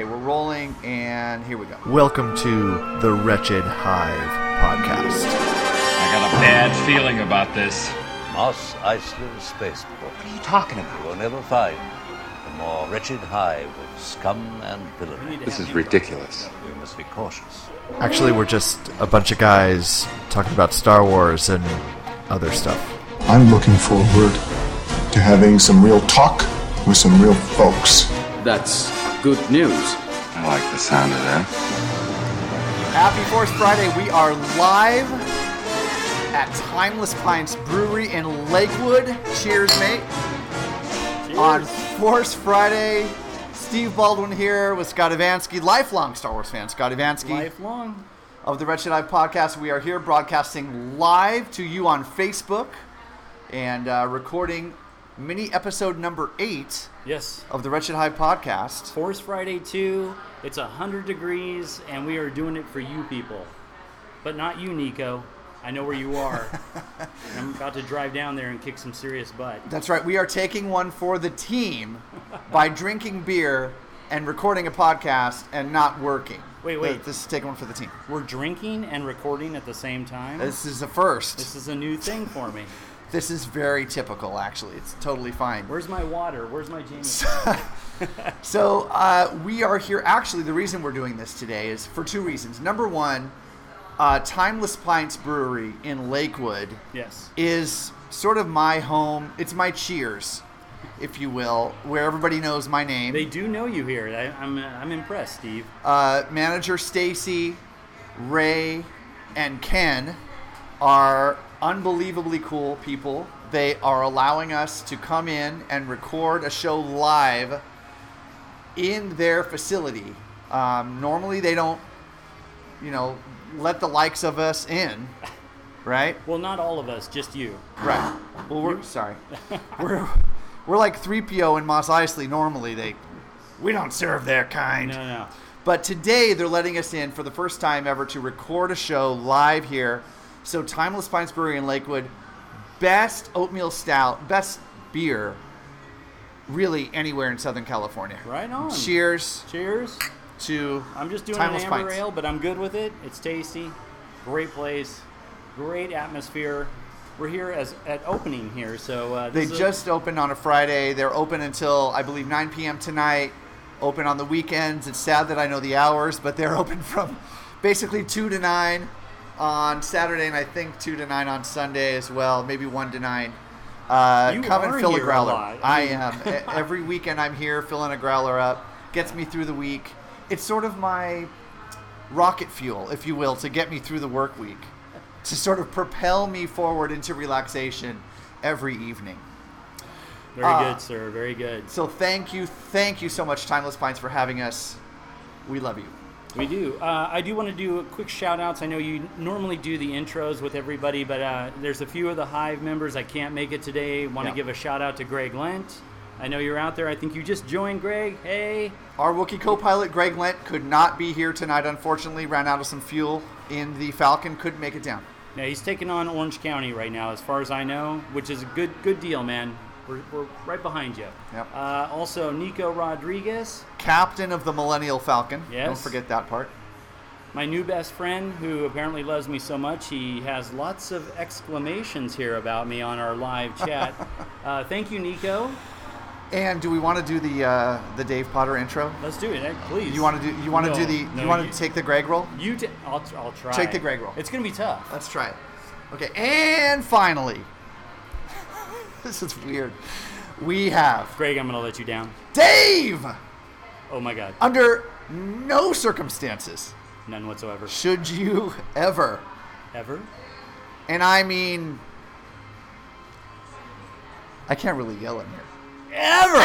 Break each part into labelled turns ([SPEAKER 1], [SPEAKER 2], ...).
[SPEAKER 1] Okay, we're rolling, and here we go.
[SPEAKER 2] Welcome to the Wretched Hive podcast.
[SPEAKER 3] I got a bad feeling about this.
[SPEAKER 4] Moss Iceland Spaceport.
[SPEAKER 1] What are you talking
[SPEAKER 4] You
[SPEAKER 1] about?
[SPEAKER 4] will never find a more wretched hive of scum and villainy.
[SPEAKER 5] This is ridiculous.
[SPEAKER 4] We must be cautious.
[SPEAKER 2] Actually, we're just a bunch of guys talking about Star Wars and other stuff.
[SPEAKER 6] I'm looking forward to having some real talk with some real folks.
[SPEAKER 7] That's good news.
[SPEAKER 5] I like the sound of that.
[SPEAKER 1] Happy Force Friday. We are live at Timeless Pines Brewery in Lakewood. Cheers, mate. On Force Friday, Steve Baldwin here with Scott Ivansky, lifelong Star Wars fan. Scott Ivansky.
[SPEAKER 7] Lifelong.
[SPEAKER 1] of the Wretched Eye podcast. We are here broadcasting live to you on Facebook and uh, recording mini episode number eight
[SPEAKER 8] Yes.
[SPEAKER 1] of the Wretched Eye podcast.
[SPEAKER 8] Force Friday 2. It's 100 degrees, and we are doing it for you people. But not you, Nico. I know where you are. And I'm about to drive down there and kick some serious butt.
[SPEAKER 1] That's right, we are taking one for the team by drinking beer and recording a podcast and not working.
[SPEAKER 8] Wait, wait.
[SPEAKER 1] Th- This is taking one for the team.
[SPEAKER 8] We're drinking and recording at the same time. This,
[SPEAKER 1] This is the first. This is,
[SPEAKER 8] is a new thing for me.
[SPEAKER 1] very typical, actually. It's totally fine.
[SPEAKER 8] Where's my water? Where's my Jamie?
[SPEAKER 1] So uh, we are here. Actually, the reason we're doing this today is for two reasons. Number one, uh, Timeless Pints Brewery in Lakewood
[SPEAKER 8] Yes.
[SPEAKER 1] is sort of my home. It's my Cheers, if you will, where everybody knows my name.
[SPEAKER 8] They do know you here. I, I'm, I'm impressed, Steve.
[SPEAKER 1] uh, manager Stacy, Ray, and Ken are unbelievably cool people. They are allowing us to come in and record a show live in their facility. Um, normally, they don't, you know, let the likes of us in, right?
[SPEAKER 8] Well, not all of us, just you.
[SPEAKER 1] Right. Well, we're sorry. We're we're like 3PO in Moss Isley. Normally, they we don't serve their kind.
[SPEAKER 8] No, no.
[SPEAKER 1] But today they're letting us in for the first time ever to record a show live here. So Timeless Pines Brewery in Lakewood, best oatmeal stout, best beer, really anywhere in Southern California.
[SPEAKER 8] Right on.
[SPEAKER 1] Cheers
[SPEAKER 8] Cheers.
[SPEAKER 1] to
[SPEAKER 8] I'm just doing
[SPEAKER 1] Timeless
[SPEAKER 8] an amber
[SPEAKER 1] Pines.
[SPEAKER 8] ale, but I'm good with it. It's tasty. Great place. Great atmosphere. We're here as at opening here, so uh,
[SPEAKER 1] They
[SPEAKER 8] this is-
[SPEAKER 1] just opened on a Friday. They're open until I believe 9 p.m. tonight. Open on the weekends. It's sad that I know the hours, but they're open from basically two to nine on Saturday, and I think two to nine on Sunday as well. Maybe one to nine. Uh,
[SPEAKER 8] You
[SPEAKER 1] come and
[SPEAKER 8] are
[SPEAKER 1] fill a
[SPEAKER 8] here a
[SPEAKER 1] growler.
[SPEAKER 8] lot.
[SPEAKER 1] I
[SPEAKER 8] I
[SPEAKER 1] am E- every weekend. I'm here filling a growler up. Gets me through the week. It's sort of my rocket fuel, if you will, to get me through the work week, to sort of propel me forward into relaxation every evening.
[SPEAKER 8] very
[SPEAKER 1] uh,
[SPEAKER 8] good, sir. Very good.
[SPEAKER 1] So thank you, thank you so much, Timeless Pines, for having us. We love you.
[SPEAKER 8] We do. Uh, I do want to do a quick shout outs. I know you normally do the intros with everybody, but uh, there's a few of the Hive members I can't make it today. Want to
[SPEAKER 1] Yeah.
[SPEAKER 8] give a shout out to Greg Lent. I know you're out there. I think you just joined, Greg. Hey,
[SPEAKER 1] Our Wookiee co-pilot Greg Lent could not be here tonight. Unfortunately, ran out of some fuel in the Falcon. Couldn't make it down.
[SPEAKER 8] Now he's taking on Orange County right now, as far as I know, which is a good good deal, man. We're, we're right behind you.
[SPEAKER 1] Yep.
[SPEAKER 8] Uh, also, Nico Rodriguez,
[SPEAKER 1] Captain of the Millennial Falcon.
[SPEAKER 8] Yes.
[SPEAKER 1] Don't forget that part.
[SPEAKER 8] my new best friend, who apparently loves me so much, he has lots of exclamations here about me on our live chat. uh, thank you, Nico.
[SPEAKER 1] And do we want to do the uh, the Dave Potter intro?
[SPEAKER 8] Let's do it, eh, please.
[SPEAKER 1] You want to do? You want to
[SPEAKER 8] No,
[SPEAKER 1] do the?
[SPEAKER 8] no,
[SPEAKER 1] you want to take the Greg roll?
[SPEAKER 8] You t- I'll, tr- I'll try.
[SPEAKER 1] Take the Greg roll.
[SPEAKER 8] It's gonna be tough.
[SPEAKER 1] Let's try it. Okay, and finally, this is weird. We have
[SPEAKER 8] Greg, I'm gonna let you down.
[SPEAKER 1] Dave.
[SPEAKER 8] Oh my God,
[SPEAKER 1] Under no circumstances
[SPEAKER 8] none whatsoever.
[SPEAKER 1] should you ever,
[SPEAKER 8] Ever?
[SPEAKER 1] and I mean, I can't really yell in here. Ever!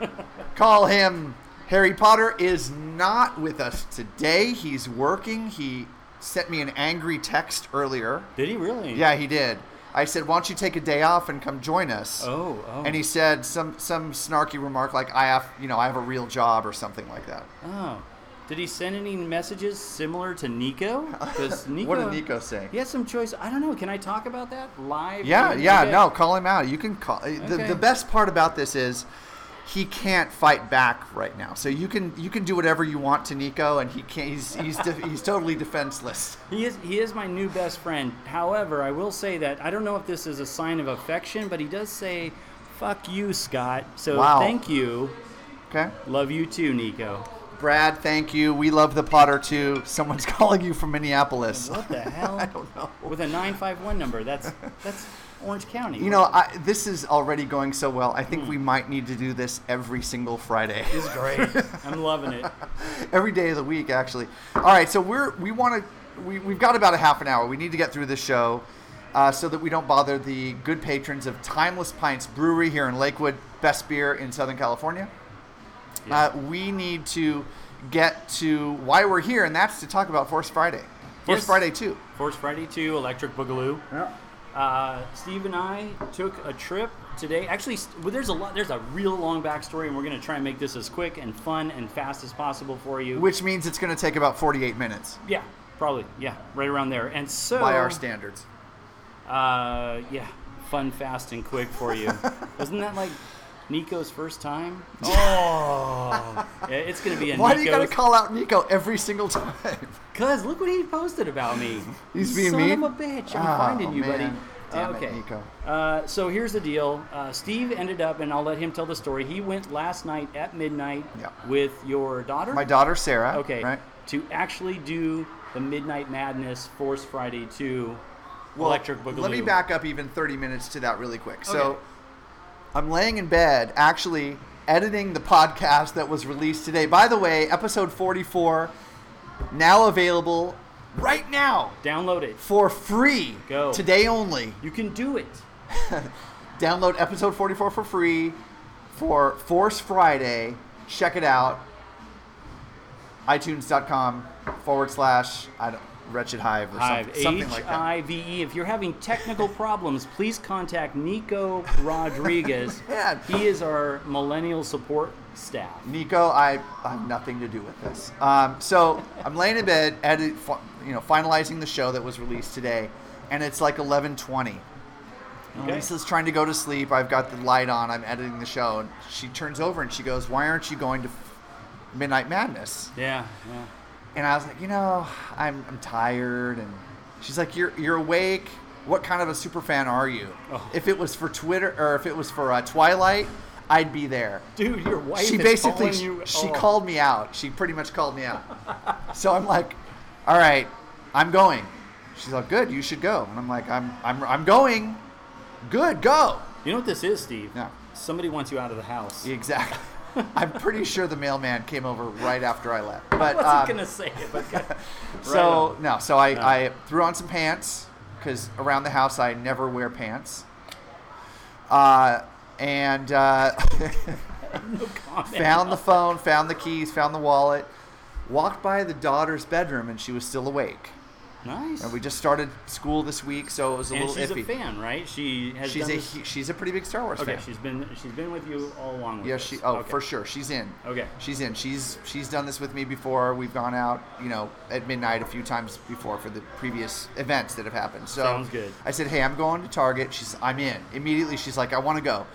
[SPEAKER 1] Ever! Call him Harry Potter is not with us today. He's working. He sent me an angry text earlier.
[SPEAKER 8] Did he really?
[SPEAKER 1] Yeah, he did. I said, "Why don't you take a day off and come join us?"
[SPEAKER 8] Oh. Oh.
[SPEAKER 1] And he said some some snarky remark like, "I have, you know, I have a real job" or something like that.
[SPEAKER 8] Oh. Did he send any messages similar to Nico? Because Nico,
[SPEAKER 1] What did Nico say?
[SPEAKER 8] He had some choice. I don't know. Can I talk about that live?
[SPEAKER 1] Yeah,
[SPEAKER 8] Okay.
[SPEAKER 1] yeah, no, call him out. You can call. The,
[SPEAKER 8] Okay.
[SPEAKER 1] the best part about this is he can't fight back right now. So you can you can do whatever you want to Nico, and he can't. He's he's def he's totally defenseless.
[SPEAKER 8] He is he is my new best friend. However, I will say that I don't know if this is a sign of affection, but he does say, "Fuck you, Scott." So
[SPEAKER 1] Wow.
[SPEAKER 8] thank you.
[SPEAKER 1] Okay,
[SPEAKER 8] Love you too, Nico.
[SPEAKER 1] Brad, thank you. We love the Potter too. Someone's calling you from Minneapolis.
[SPEAKER 8] What the hell? I don't know. With a nine five one number, that's that's Orange County.
[SPEAKER 1] You know, I, this is already going so well. I think we might need to do this every single Friday.
[SPEAKER 8] This Hmm. is great. I'm loving it.
[SPEAKER 1] every day of the week actually all right so we're we want to we, we've got about a half an hour we need to get through this show uh, so that we don't bother the good patrons of timeless pints brewery here in lakewood best beer in southern california uh, we need to get to why we're here and that's to talk about force friday force
[SPEAKER 8] Yes.
[SPEAKER 1] friday too
[SPEAKER 8] Force Friday two, Electric Boogaloo. Uh, Steve and I took a trip today. Actually, st- well, there's a lot. There's a real long backstory, and we're gonna try and make this as quick and fun and fast as possible for you.
[SPEAKER 1] which means it's going to take about 48 minutes
[SPEAKER 8] Yeah, probably. Yeah, right around there. And so,
[SPEAKER 1] by our standards
[SPEAKER 8] uh, yeah, fun, fast, and quick for you. Wasn't that like Nico's first time? Oh, Yeah, it's gonna be a
[SPEAKER 1] why do
[SPEAKER 8] Nico's.
[SPEAKER 1] you gotta call out nico every single time
[SPEAKER 8] Cause look what he posted about me.
[SPEAKER 1] He's being
[SPEAKER 8] Son
[SPEAKER 1] mean?
[SPEAKER 8] of a bitch! I'm
[SPEAKER 1] Oh,
[SPEAKER 8] finding you, buddy.
[SPEAKER 1] man. Damn it,
[SPEAKER 8] okay.
[SPEAKER 1] Nico.
[SPEAKER 8] Uh, so here's the deal. Uh, Steve ended up, and I'll let him tell the story. He went last night at midnight
[SPEAKER 1] Yeah.
[SPEAKER 8] with your daughter.
[SPEAKER 1] my daughter sarah
[SPEAKER 8] Okay.
[SPEAKER 1] right
[SPEAKER 8] To actually do the Midnight Madness Force Friday 2 Electric Boogaloo.
[SPEAKER 1] Let me back up even 30 minutes to that really quick. So
[SPEAKER 8] Okay.
[SPEAKER 1] I'm laying in bed actually editing the podcast that was released today. By the way, episode 44 now available right now
[SPEAKER 8] Download it.
[SPEAKER 1] for free.
[SPEAKER 8] Go.
[SPEAKER 1] Today only.
[SPEAKER 8] You can do it.
[SPEAKER 1] Download episode 44 for free for Force Friday. Check it out. iTunes.com forward slash I don't, Wretched Hive or
[SPEAKER 8] Hive.
[SPEAKER 1] something, something like that.
[SPEAKER 8] H-I-V-E. E. If you're having technical problems, please contact Nico Rodriguez.
[SPEAKER 1] Man.
[SPEAKER 8] He is our millennial support staff.
[SPEAKER 1] Nico, I, I have nothing to do with this. Um, so I'm laying in bed, edit, fi- you know, finalizing the show that was released today, and it's like 11:20. And
[SPEAKER 8] Okay.
[SPEAKER 1] Lisa's trying to go to sleep. I've got the light on. I'm editing the show, and she turns over and she goes, "Why aren't you going to f- Midnight Madness?"
[SPEAKER 8] Yeah, yeah.
[SPEAKER 1] And I was like, "You know, I'm, I'm tired." And she's like, "You're you're awake. What kind of a super fan are you? If it was for Twitter or if it was for uh, Twilight, I'd be there."
[SPEAKER 8] Dude, your wife
[SPEAKER 1] she
[SPEAKER 8] is
[SPEAKER 1] basically
[SPEAKER 8] calling you.
[SPEAKER 1] she
[SPEAKER 8] oh.
[SPEAKER 1] called me out. She pretty much called me out. so I'm like, all right, I'm going. She's like, good, you should go. And I'm like, I'm I'm I'm going. Good, go.
[SPEAKER 8] You know what this is, Steve?
[SPEAKER 1] Yeah.
[SPEAKER 8] Somebody wants you out of the house.
[SPEAKER 1] Exactly. I'm pretty sure the mailman came over right after I left. But
[SPEAKER 8] I wasn't
[SPEAKER 1] um,
[SPEAKER 8] gonna say it, but God.
[SPEAKER 1] so
[SPEAKER 8] Right
[SPEAKER 1] no, so I, I threw on some pants because around the house I never wear pants. Uh, and uh,
[SPEAKER 8] on.
[SPEAKER 1] found the phone, found the keys, found the wallet, walked by the daughter's bedroom, and she was still awake.
[SPEAKER 8] nice.
[SPEAKER 1] And we just started school this week, so it was a
[SPEAKER 8] and
[SPEAKER 1] little
[SPEAKER 8] she's
[SPEAKER 1] iffy.
[SPEAKER 8] a fan, right? She has
[SPEAKER 1] She's
[SPEAKER 8] done
[SPEAKER 1] a
[SPEAKER 8] this-
[SPEAKER 1] hu- she's a pretty big Star Wars
[SPEAKER 8] okay.
[SPEAKER 1] fan.
[SPEAKER 8] She's been she's been with you all along. With
[SPEAKER 1] yeah,
[SPEAKER 8] this.
[SPEAKER 1] she oh
[SPEAKER 8] Okay.
[SPEAKER 1] for sure she's in.
[SPEAKER 8] Okay.
[SPEAKER 1] she's in. She's she's done this with me before. We've gone out, you know, at midnight a few times before for the previous events that have happened. So
[SPEAKER 8] Sounds good.
[SPEAKER 1] I said, hey, I'm going to Target. She's I'm in immediately. She's like, I want to go.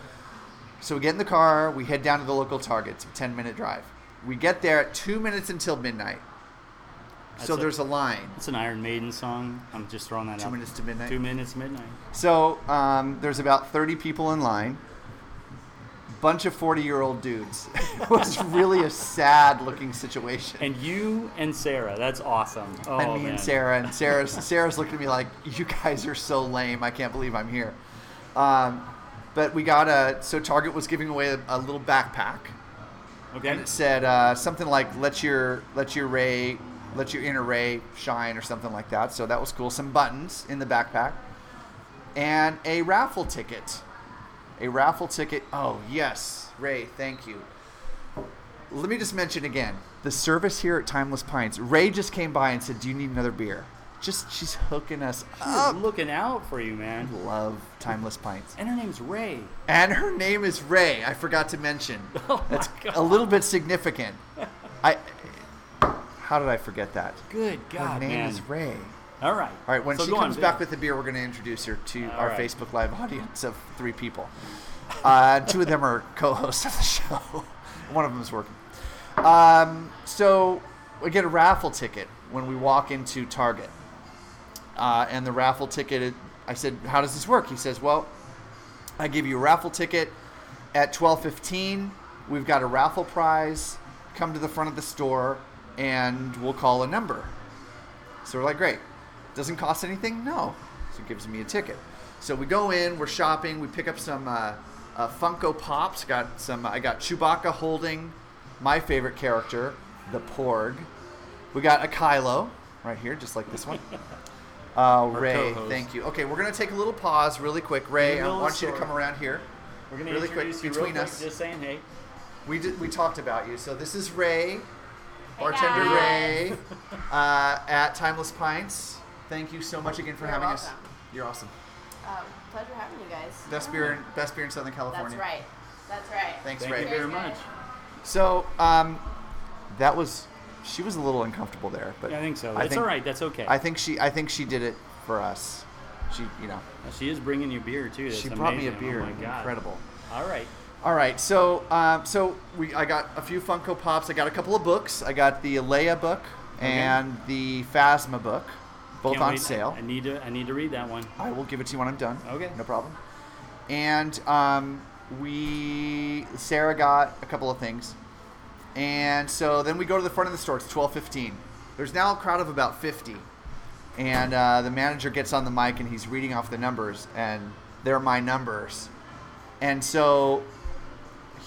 [SPEAKER 1] So we get in the car. We head down to the local Target. It's a ten minute drive. We get there at two minutes until midnight. so
[SPEAKER 8] a-
[SPEAKER 1] there's a line.
[SPEAKER 8] It's an Iron Maiden song. I'm just throwing that
[SPEAKER 1] Two
[SPEAKER 8] out.
[SPEAKER 1] minutes to midnight.
[SPEAKER 8] Two minutes midnight.
[SPEAKER 1] So um, there's about 30 people in line. Bunch of 40 year old dudes. it was really a sad looking situation.
[SPEAKER 8] And you and Sarah, that's awesome. Oh,
[SPEAKER 1] and me
[SPEAKER 8] man.
[SPEAKER 1] and Sarah and Sarah's Sarah's looking at me like, "You guys are so lame. I can't believe I'm here." Um, but we got a so Target was giving away a, a little backpack
[SPEAKER 8] Okay.
[SPEAKER 1] and it said uh, something like "Let your let your ray let your inner ray shine" or something like that. So that was cool. Some buttons in the backpack and a raffle ticket. A raffle ticket. Oh yes, Ray, thank you. Let me just mention again the service here at Timeless Pines. Ray just came by and said, "Do you need another beer?" Just she's hooking us
[SPEAKER 8] She's
[SPEAKER 1] up.
[SPEAKER 8] looking out for you, man.
[SPEAKER 1] Love Timeless Pints.
[SPEAKER 8] And her name's Ray.
[SPEAKER 1] And her name is Ray. I forgot to mention.
[SPEAKER 8] Oh my God.
[SPEAKER 1] a little bit significant. I. How did I forget that?
[SPEAKER 8] Good God,
[SPEAKER 1] her name
[SPEAKER 8] man.
[SPEAKER 1] is Ray.
[SPEAKER 8] All right.
[SPEAKER 1] All right, when
[SPEAKER 8] So
[SPEAKER 1] she
[SPEAKER 8] go on,
[SPEAKER 1] comes back
[SPEAKER 8] yeah.
[SPEAKER 1] with the beer, we're going to introduce her to
[SPEAKER 8] All
[SPEAKER 1] our
[SPEAKER 8] right.
[SPEAKER 1] Facebook Live audience of three people. Uh, two of them are co-hosts of the show. One of them is working. Um, so we get a raffle ticket when we walk into Target, uh, and the raffle ticket. I said, "How does this work?" He says, "Well, I give you a raffle ticket at 12:15. We've got a raffle prize. Come to the front of the store, and we'll call a number." So we're like, "Great. Doesn't cost anything? No." So he gives me a ticket. So we go in. We're shopping. We pick up some uh, uh, Funko Pops. Got some. I got Chewbacca holding my favorite character, the Porg. We got a Kylo right here, just like this one. Uh, Ray,
[SPEAKER 8] co-host.
[SPEAKER 1] thank you. Okay, we're gonna take a little pause, really quick. Ray, I
[SPEAKER 8] In the middle of
[SPEAKER 1] want
[SPEAKER 8] the
[SPEAKER 1] you to
[SPEAKER 8] store.
[SPEAKER 1] come around here.
[SPEAKER 8] We're gonna
[SPEAKER 1] Really quick,
[SPEAKER 8] introduce you
[SPEAKER 1] between
[SPEAKER 8] real
[SPEAKER 1] us.
[SPEAKER 8] Quick, just saying, hey,
[SPEAKER 1] We did, we talked about you. So this is Ray, bartender Ray, uh, at Timeless Pints. Thank you so much again for
[SPEAKER 9] You're
[SPEAKER 1] having us.
[SPEAKER 9] welcome.
[SPEAKER 1] You're awesome.
[SPEAKER 9] Um, pleasure having you guys.
[SPEAKER 1] Best beer, in, best beer in Southern
[SPEAKER 9] That's
[SPEAKER 1] California.
[SPEAKER 9] right. That's right.
[SPEAKER 1] Thanks,
[SPEAKER 8] thank
[SPEAKER 1] Ray.
[SPEAKER 8] you very
[SPEAKER 9] Thanks,
[SPEAKER 8] much.
[SPEAKER 9] guys.
[SPEAKER 1] So, um, that was. She was a little uncomfortable there, but
[SPEAKER 8] Yeah, I think so.
[SPEAKER 1] I
[SPEAKER 8] That's
[SPEAKER 1] think-
[SPEAKER 8] all right. That's okay.
[SPEAKER 1] I think she. I think she did it for us. She, you know,
[SPEAKER 8] she is bringing you beer too. That's
[SPEAKER 1] she brought me a
[SPEAKER 8] amazing.
[SPEAKER 1] beer.
[SPEAKER 8] Oh my God.
[SPEAKER 1] Incredible.
[SPEAKER 8] All right.
[SPEAKER 1] All right, so um, so we I got a few Funko Pops. I got a couple of books. I got the Leia book and the Phasma book, both
[SPEAKER 8] Can't
[SPEAKER 1] on
[SPEAKER 8] wait.
[SPEAKER 1] sale.
[SPEAKER 8] I need to. I need to read that one.
[SPEAKER 1] I will give it to you when I'm done.
[SPEAKER 8] Okay.
[SPEAKER 1] No problem. And um, we Sarah got a couple of things, and so then we go to the front of the store. It's 12:15. There's now a crowd of about 50, and uh, the manager gets on the mic and he's reading off the numbers, and they're my numbers, and so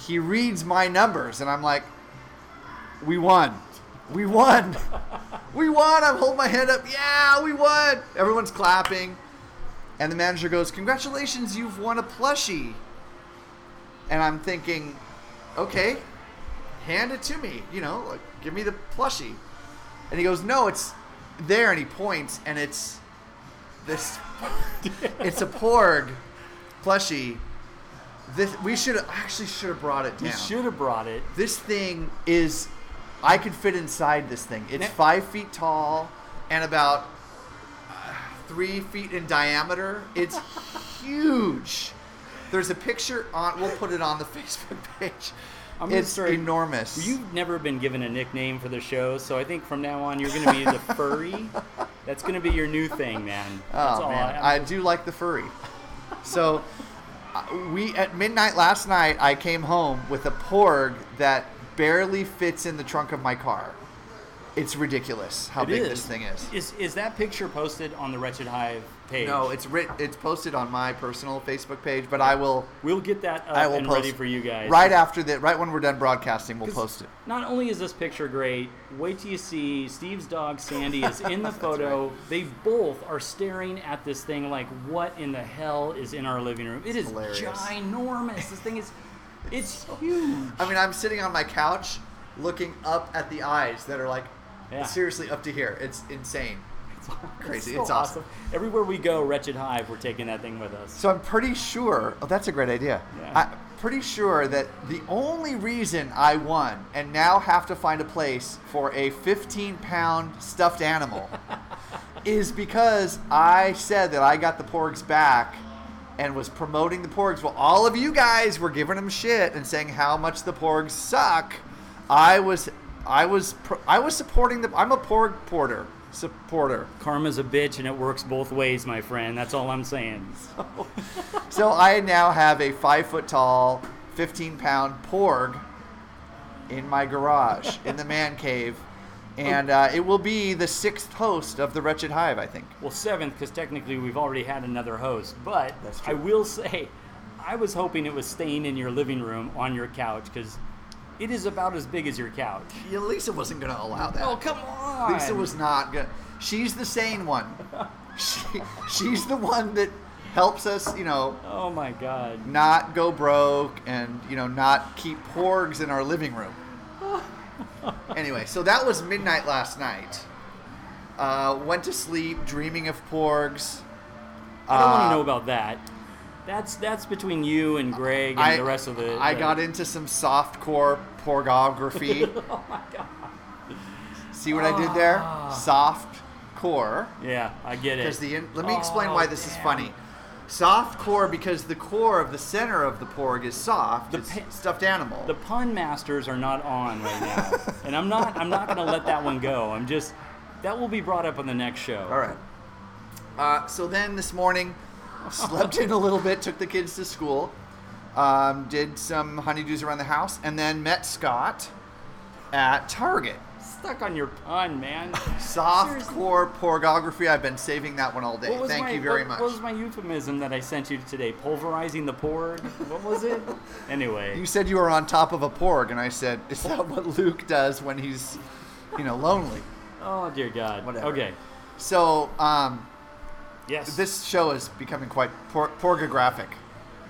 [SPEAKER 1] he reads my numbers, and I'm like, we won. We won. we won. I'm holding my hand up. Yeah, we won. Everyone's clapping. And the manager goes, Congratulations, you've won a plushie. And I'm thinking, Okay, hand it to me. You know, like, give me the plushie. And he goes, No, it's there. And he points, and it's this it's a porg plushie. This, we should have actually should have brought it down
[SPEAKER 8] You should have brought it.
[SPEAKER 1] this thing is i could fit inside this thing it's
[SPEAKER 8] Yeah.
[SPEAKER 1] five feet tall and about uh, three feet in diameter it's huge there's a picture on we'll put it on the facebook page
[SPEAKER 8] I'm gonna
[SPEAKER 1] it's
[SPEAKER 8] start-
[SPEAKER 1] enormous
[SPEAKER 8] You've never been given a nickname for the show, so I think from now on you're going to be the furry. That's going to be your new thing, man. That's
[SPEAKER 1] oh
[SPEAKER 8] all
[SPEAKER 1] man
[SPEAKER 8] I,
[SPEAKER 1] I, do like the furry so uh, we at midnight last night i came home with a porg that barely fits in the trunk of my car it's ridiculous how
[SPEAKER 8] It
[SPEAKER 1] big
[SPEAKER 8] is.
[SPEAKER 1] this thing is
[SPEAKER 8] Is is that picture posted on the Wretched Hive page?
[SPEAKER 1] No, it's writ- it's posted on my personal Facebook page, but I will
[SPEAKER 8] We'll get that up
[SPEAKER 1] I will
[SPEAKER 8] and
[SPEAKER 1] post
[SPEAKER 8] ready for you guys.
[SPEAKER 1] right after that. Right when we're done broadcasting, we'll post it.
[SPEAKER 8] Not only is this picture great, wait till you see Steve's dog Sandy is in the photo. They both are staring at this thing like, what in the hell is in our living room? It is
[SPEAKER 1] hilarious.
[SPEAKER 8] ginormous. This thing is, it's huge.
[SPEAKER 1] I mean, I'm sitting on my couch, looking up at the eyes that are like
[SPEAKER 8] Yeah.
[SPEAKER 1] seriously up to here. It's insane. Crazy.
[SPEAKER 8] so
[SPEAKER 1] It's awesome.
[SPEAKER 8] Everywhere we go, Wretched Hive, we're taking that thing with us.
[SPEAKER 1] So I'm pretty sure. Oh, that's a great idea.
[SPEAKER 8] Yeah.
[SPEAKER 1] I'm pretty sure that the only reason I won and now have to find a place for a 15 pound stuffed animal is because I said that I got the porgs back and was promoting the porgs. Well, all of you guys were giving them shit and saying how much the porgs suck. I was, I was, pro- I was supporting the. I'm a porg porter supporter.
[SPEAKER 8] Karma's a bitch and it works both ways, my friend. That's all I'm saying.
[SPEAKER 1] So I now have a five foot tall, 15 pound porg in my garage, in the man cave. And uh, it will be the sixth host of the Wretched Hive, I think.
[SPEAKER 8] Well, seventh, because technically we've already had another host. But
[SPEAKER 1] That's
[SPEAKER 8] I
[SPEAKER 1] true.
[SPEAKER 8] will say, I was hoping it was staying in your living room on your couch because it is about as big as your couch.
[SPEAKER 1] Yeah, Lisa wasn't going to allow that.
[SPEAKER 8] Oh, come on!
[SPEAKER 1] Lisa was not going to. She's the sane one. She, she's the one that helps us, you know,
[SPEAKER 8] Oh my god.
[SPEAKER 1] not go broke and, you know, not keep porgs in our living room. Anyway, so that was midnight last night. Uh, went to sleep dreaming of porgs.
[SPEAKER 8] I don't want
[SPEAKER 1] Uh,
[SPEAKER 8] to know about that. That's that's between you and Greg and the rest of the.
[SPEAKER 1] I
[SPEAKER 8] the-
[SPEAKER 1] got into some softcore porgography. oh my god. See what I did there? Soft core.
[SPEAKER 8] Ah. Yeah, Oh, I get it.
[SPEAKER 1] Because the in- let me explain why this is funny. Soft core because the core of the center of the porg is soft.
[SPEAKER 8] The
[SPEAKER 1] it's
[SPEAKER 8] pa-
[SPEAKER 1] stuffed animal.
[SPEAKER 8] The pun masters are not on right now, and I'm not. I'm not going to let that one go. I'm just. That will be brought up on the next show.
[SPEAKER 1] All right. Uh, so then this morning, slept in a little bit, took the kids to school, um, did some honeydews around the house, and then met Scott at Target.
[SPEAKER 8] Stuck on your pun, man.
[SPEAKER 1] Soft core porgography. I've been saving that one all day.
[SPEAKER 8] What was
[SPEAKER 1] Thank
[SPEAKER 8] my-
[SPEAKER 1] you very
[SPEAKER 8] what-
[SPEAKER 1] much.
[SPEAKER 8] What was my euphemism that I sent you today? Pulverizing the porg. What was it? Anyway.
[SPEAKER 1] you said you were on top of a porg, and I said, "Is that what Luke does when he's, you know, lonely?"
[SPEAKER 8] Oh dear God.
[SPEAKER 1] Whatever.
[SPEAKER 8] Okay.
[SPEAKER 1] So um,
[SPEAKER 8] Yes.
[SPEAKER 1] this show is becoming quite por- porgographic.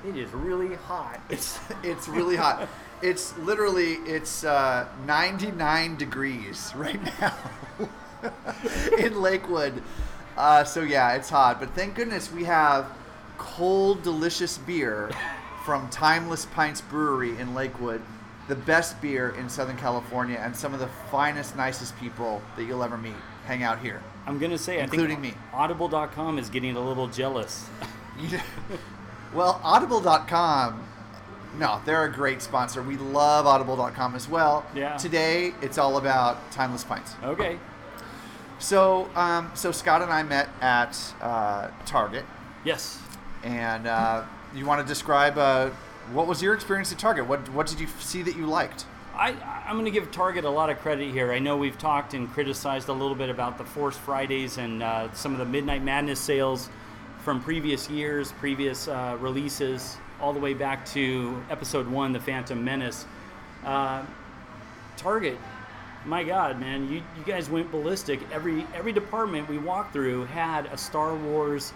[SPEAKER 8] it is really hot.
[SPEAKER 1] It's it's really hot. It's literally it's uh, 99 degrees right now in Lakewood. Uh, so yeah, it's hot. But thank goodness we have cold, delicious beer from Timeless Pints Brewery in Lakewood. The best beer in Southern California, and some of the finest, nicest people that you'll ever meet hang out here.
[SPEAKER 8] I'm gonna say I
[SPEAKER 1] Including me.
[SPEAKER 8] think Audible.com is getting a little jealous.
[SPEAKER 1] You- well, audible.com. No, they're a great sponsor. We love audible.com as well.
[SPEAKER 8] Yeah.
[SPEAKER 1] Today, it's all about Timeless Pints.
[SPEAKER 8] Okay.
[SPEAKER 1] So, um, so Scott and I met at uh, Target,
[SPEAKER 8] Yes.
[SPEAKER 1] and uh, you want to describe uh, what was your experience at Target? What what did you see that you liked?
[SPEAKER 8] I, I'm going to give Target a lot of credit here. I know we've talked and criticized a little bit about the Force Fridays and uh, some of the Midnight Madness sales from previous years, previous uh, releases, all the way back to episode one, The Phantom Menace. Uh, Target, my God, man, you, you guys went ballistic. Every every department we walked through had a Star Wars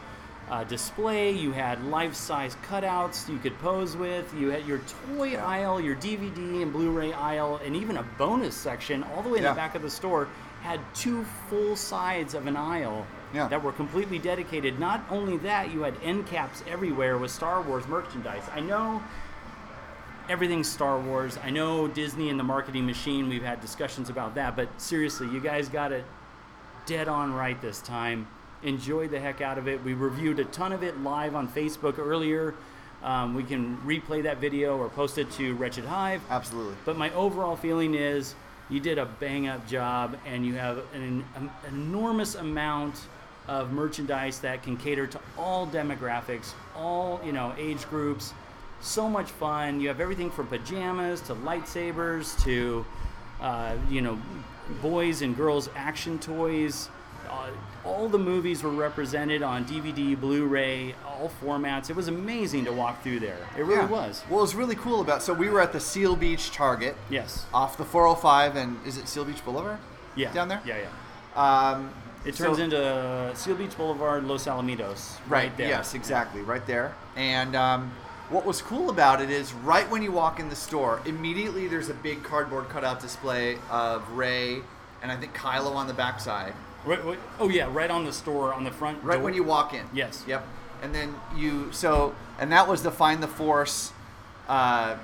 [SPEAKER 8] uh, display. You had life size cutouts you could pose with. You had your toy aisle, your DVD and Blu-ray aisle, and even a bonus section all the way in
[SPEAKER 1] Yeah.
[SPEAKER 8] the back of the store had two full sides of an aisle
[SPEAKER 1] Yeah.
[SPEAKER 8] that were completely dedicated. Not only that, you had end caps everywhere with Star Wars merchandise. I know everything's Star Wars. I know Disney and the marketing machine, we've had discussions about that, but seriously, you guys got it dead on right this time. Enjoyed the heck out of it. We reviewed a ton of it live on Facebook earlier. Um, we can replay that video or post it to Wretched Hive.
[SPEAKER 1] Absolutely.
[SPEAKER 8] But my overall feeling is you did a bang up job and you have an, an enormous amount of merchandise that can cater to all demographics, all, you know, age groups. So much fun. You have everything from pajamas to lightsabers to uh, you know, boys and girls action toys. Uh, all the movies were represented on DVD, Blu-ray, all formats. It was amazing to walk through there. It really was.
[SPEAKER 1] What was really cool about so we were at the Seal Beach Target
[SPEAKER 8] Yes.
[SPEAKER 1] off the 405 and is it Seal Beach Boulevard?
[SPEAKER 8] Yeah.
[SPEAKER 1] Down there.
[SPEAKER 8] Yeah, yeah.
[SPEAKER 1] Um,
[SPEAKER 8] It
[SPEAKER 1] so-
[SPEAKER 8] turns into Seal Beach Boulevard, Los Alamitos.
[SPEAKER 1] Right,
[SPEAKER 8] there.
[SPEAKER 1] Yes, exactly. Right there. And um, what was cool about it is right when you walk in the store, immediately there's a big cardboard cutout display of Ray and I think Kylo on the backside.
[SPEAKER 8] Right, right- oh yeah, right on the store on the front.
[SPEAKER 1] Right
[SPEAKER 8] door.
[SPEAKER 1] when you walk in.
[SPEAKER 8] Yes.
[SPEAKER 1] Yep. And then you so and that was the Find the Force uh,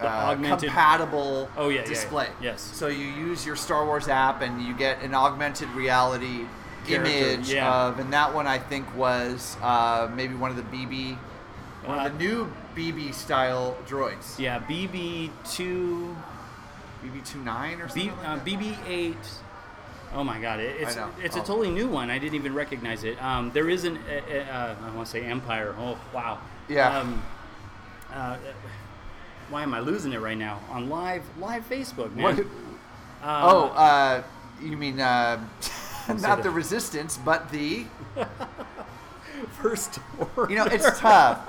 [SPEAKER 1] uh,
[SPEAKER 8] augmented-
[SPEAKER 1] compatible
[SPEAKER 8] Oh, yeah, yeah, yeah.
[SPEAKER 1] display.
[SPEAKER 8] Yes.
[SPEAKER 1] So you use your Star Wars app and you get an augmented reality
[SPEAKER 8] Character,
[SPEAKER 1] image
[SPEAKER 8] yeah.
[SPEAKER 1] of, and that one I think was uh, maybe one of the BB one
[SPEAKER 8] Uh,
[SPEAKER 1] of the new BB style droids.
[SPEAKER 8] Yeah, BB two,
[SPEAKER 1] BB 29 or something.
[SPEAKER 8] B,
[SPEAKER 1] like
[SPEAKER 8] uh,
[SPEAKER 1] that.
[SPEAKER 8] BB eight. Oh my God, it, it's
[SPEAKER 1] I know.
[SPEAKER 8] it's
[SPEAKER 1] Oh.
[SPEAKER 8] a totally new one. I didn't even recognize it. Um, there is an uh, uh, I want to say Empire. Oh wow.
[SPEAKER 1] Yeah.
[SPEAKER 8] Um, uh, why am I losing it right now on live live Facebook, man?
[SPEAKER 1] What- oh,
[SPEAKER 8] um,
[SPEAKER 1] uh, you mean uh, not the
[SPEAKER 8] that.
[SPEAKER 1] Resistance, but the.
[SPEAKER 8] First order.
[SPEAKER 1] You know, it's tough.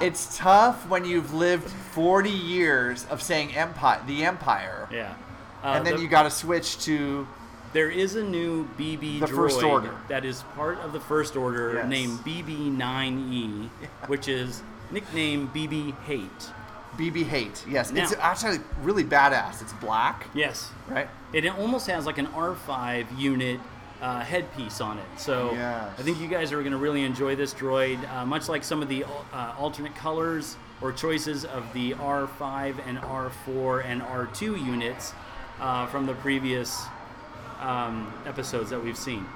[SPEAKER 1] It's tough when you've lived 40 years of saying empire, the empire,
[SPEAKER 8] yeah. Uh,
[SPEAKER 1] and then
[SPEAKER 8] the-
[SPEAKER 1] you got to switch to.
[SPEAKER 8] There is a new BB
[SPEAKER 1] The
[SPEAKER 8] droid
[SPEAKER 1] First Order.
[SPEAKER 8] that is part of the First Order
[SPEAKER 1] Yes.
[SPEAKER 8] named BB9E, E, which is nicknamed BB Hate.
[SPEAKER 1] BB hate, yes.
[SPEAKER 8] Now-
[SPEAKER 1] It's actually really badass. It's black,
[SPEAKER 8] Yes.
[SPEAKER 1] right?
[SPEAKER 8] It almost has like an R5 unit uh, headpiece on it. So
[SPEAKER 1] Yes.
[SPEAKER 8] I think you guys are going to really enjoy this droid, uh, much like some of the uh, alternate colors or choices of the R5 and R4 and R2 units uh, from the previous um, episodes that we've seen.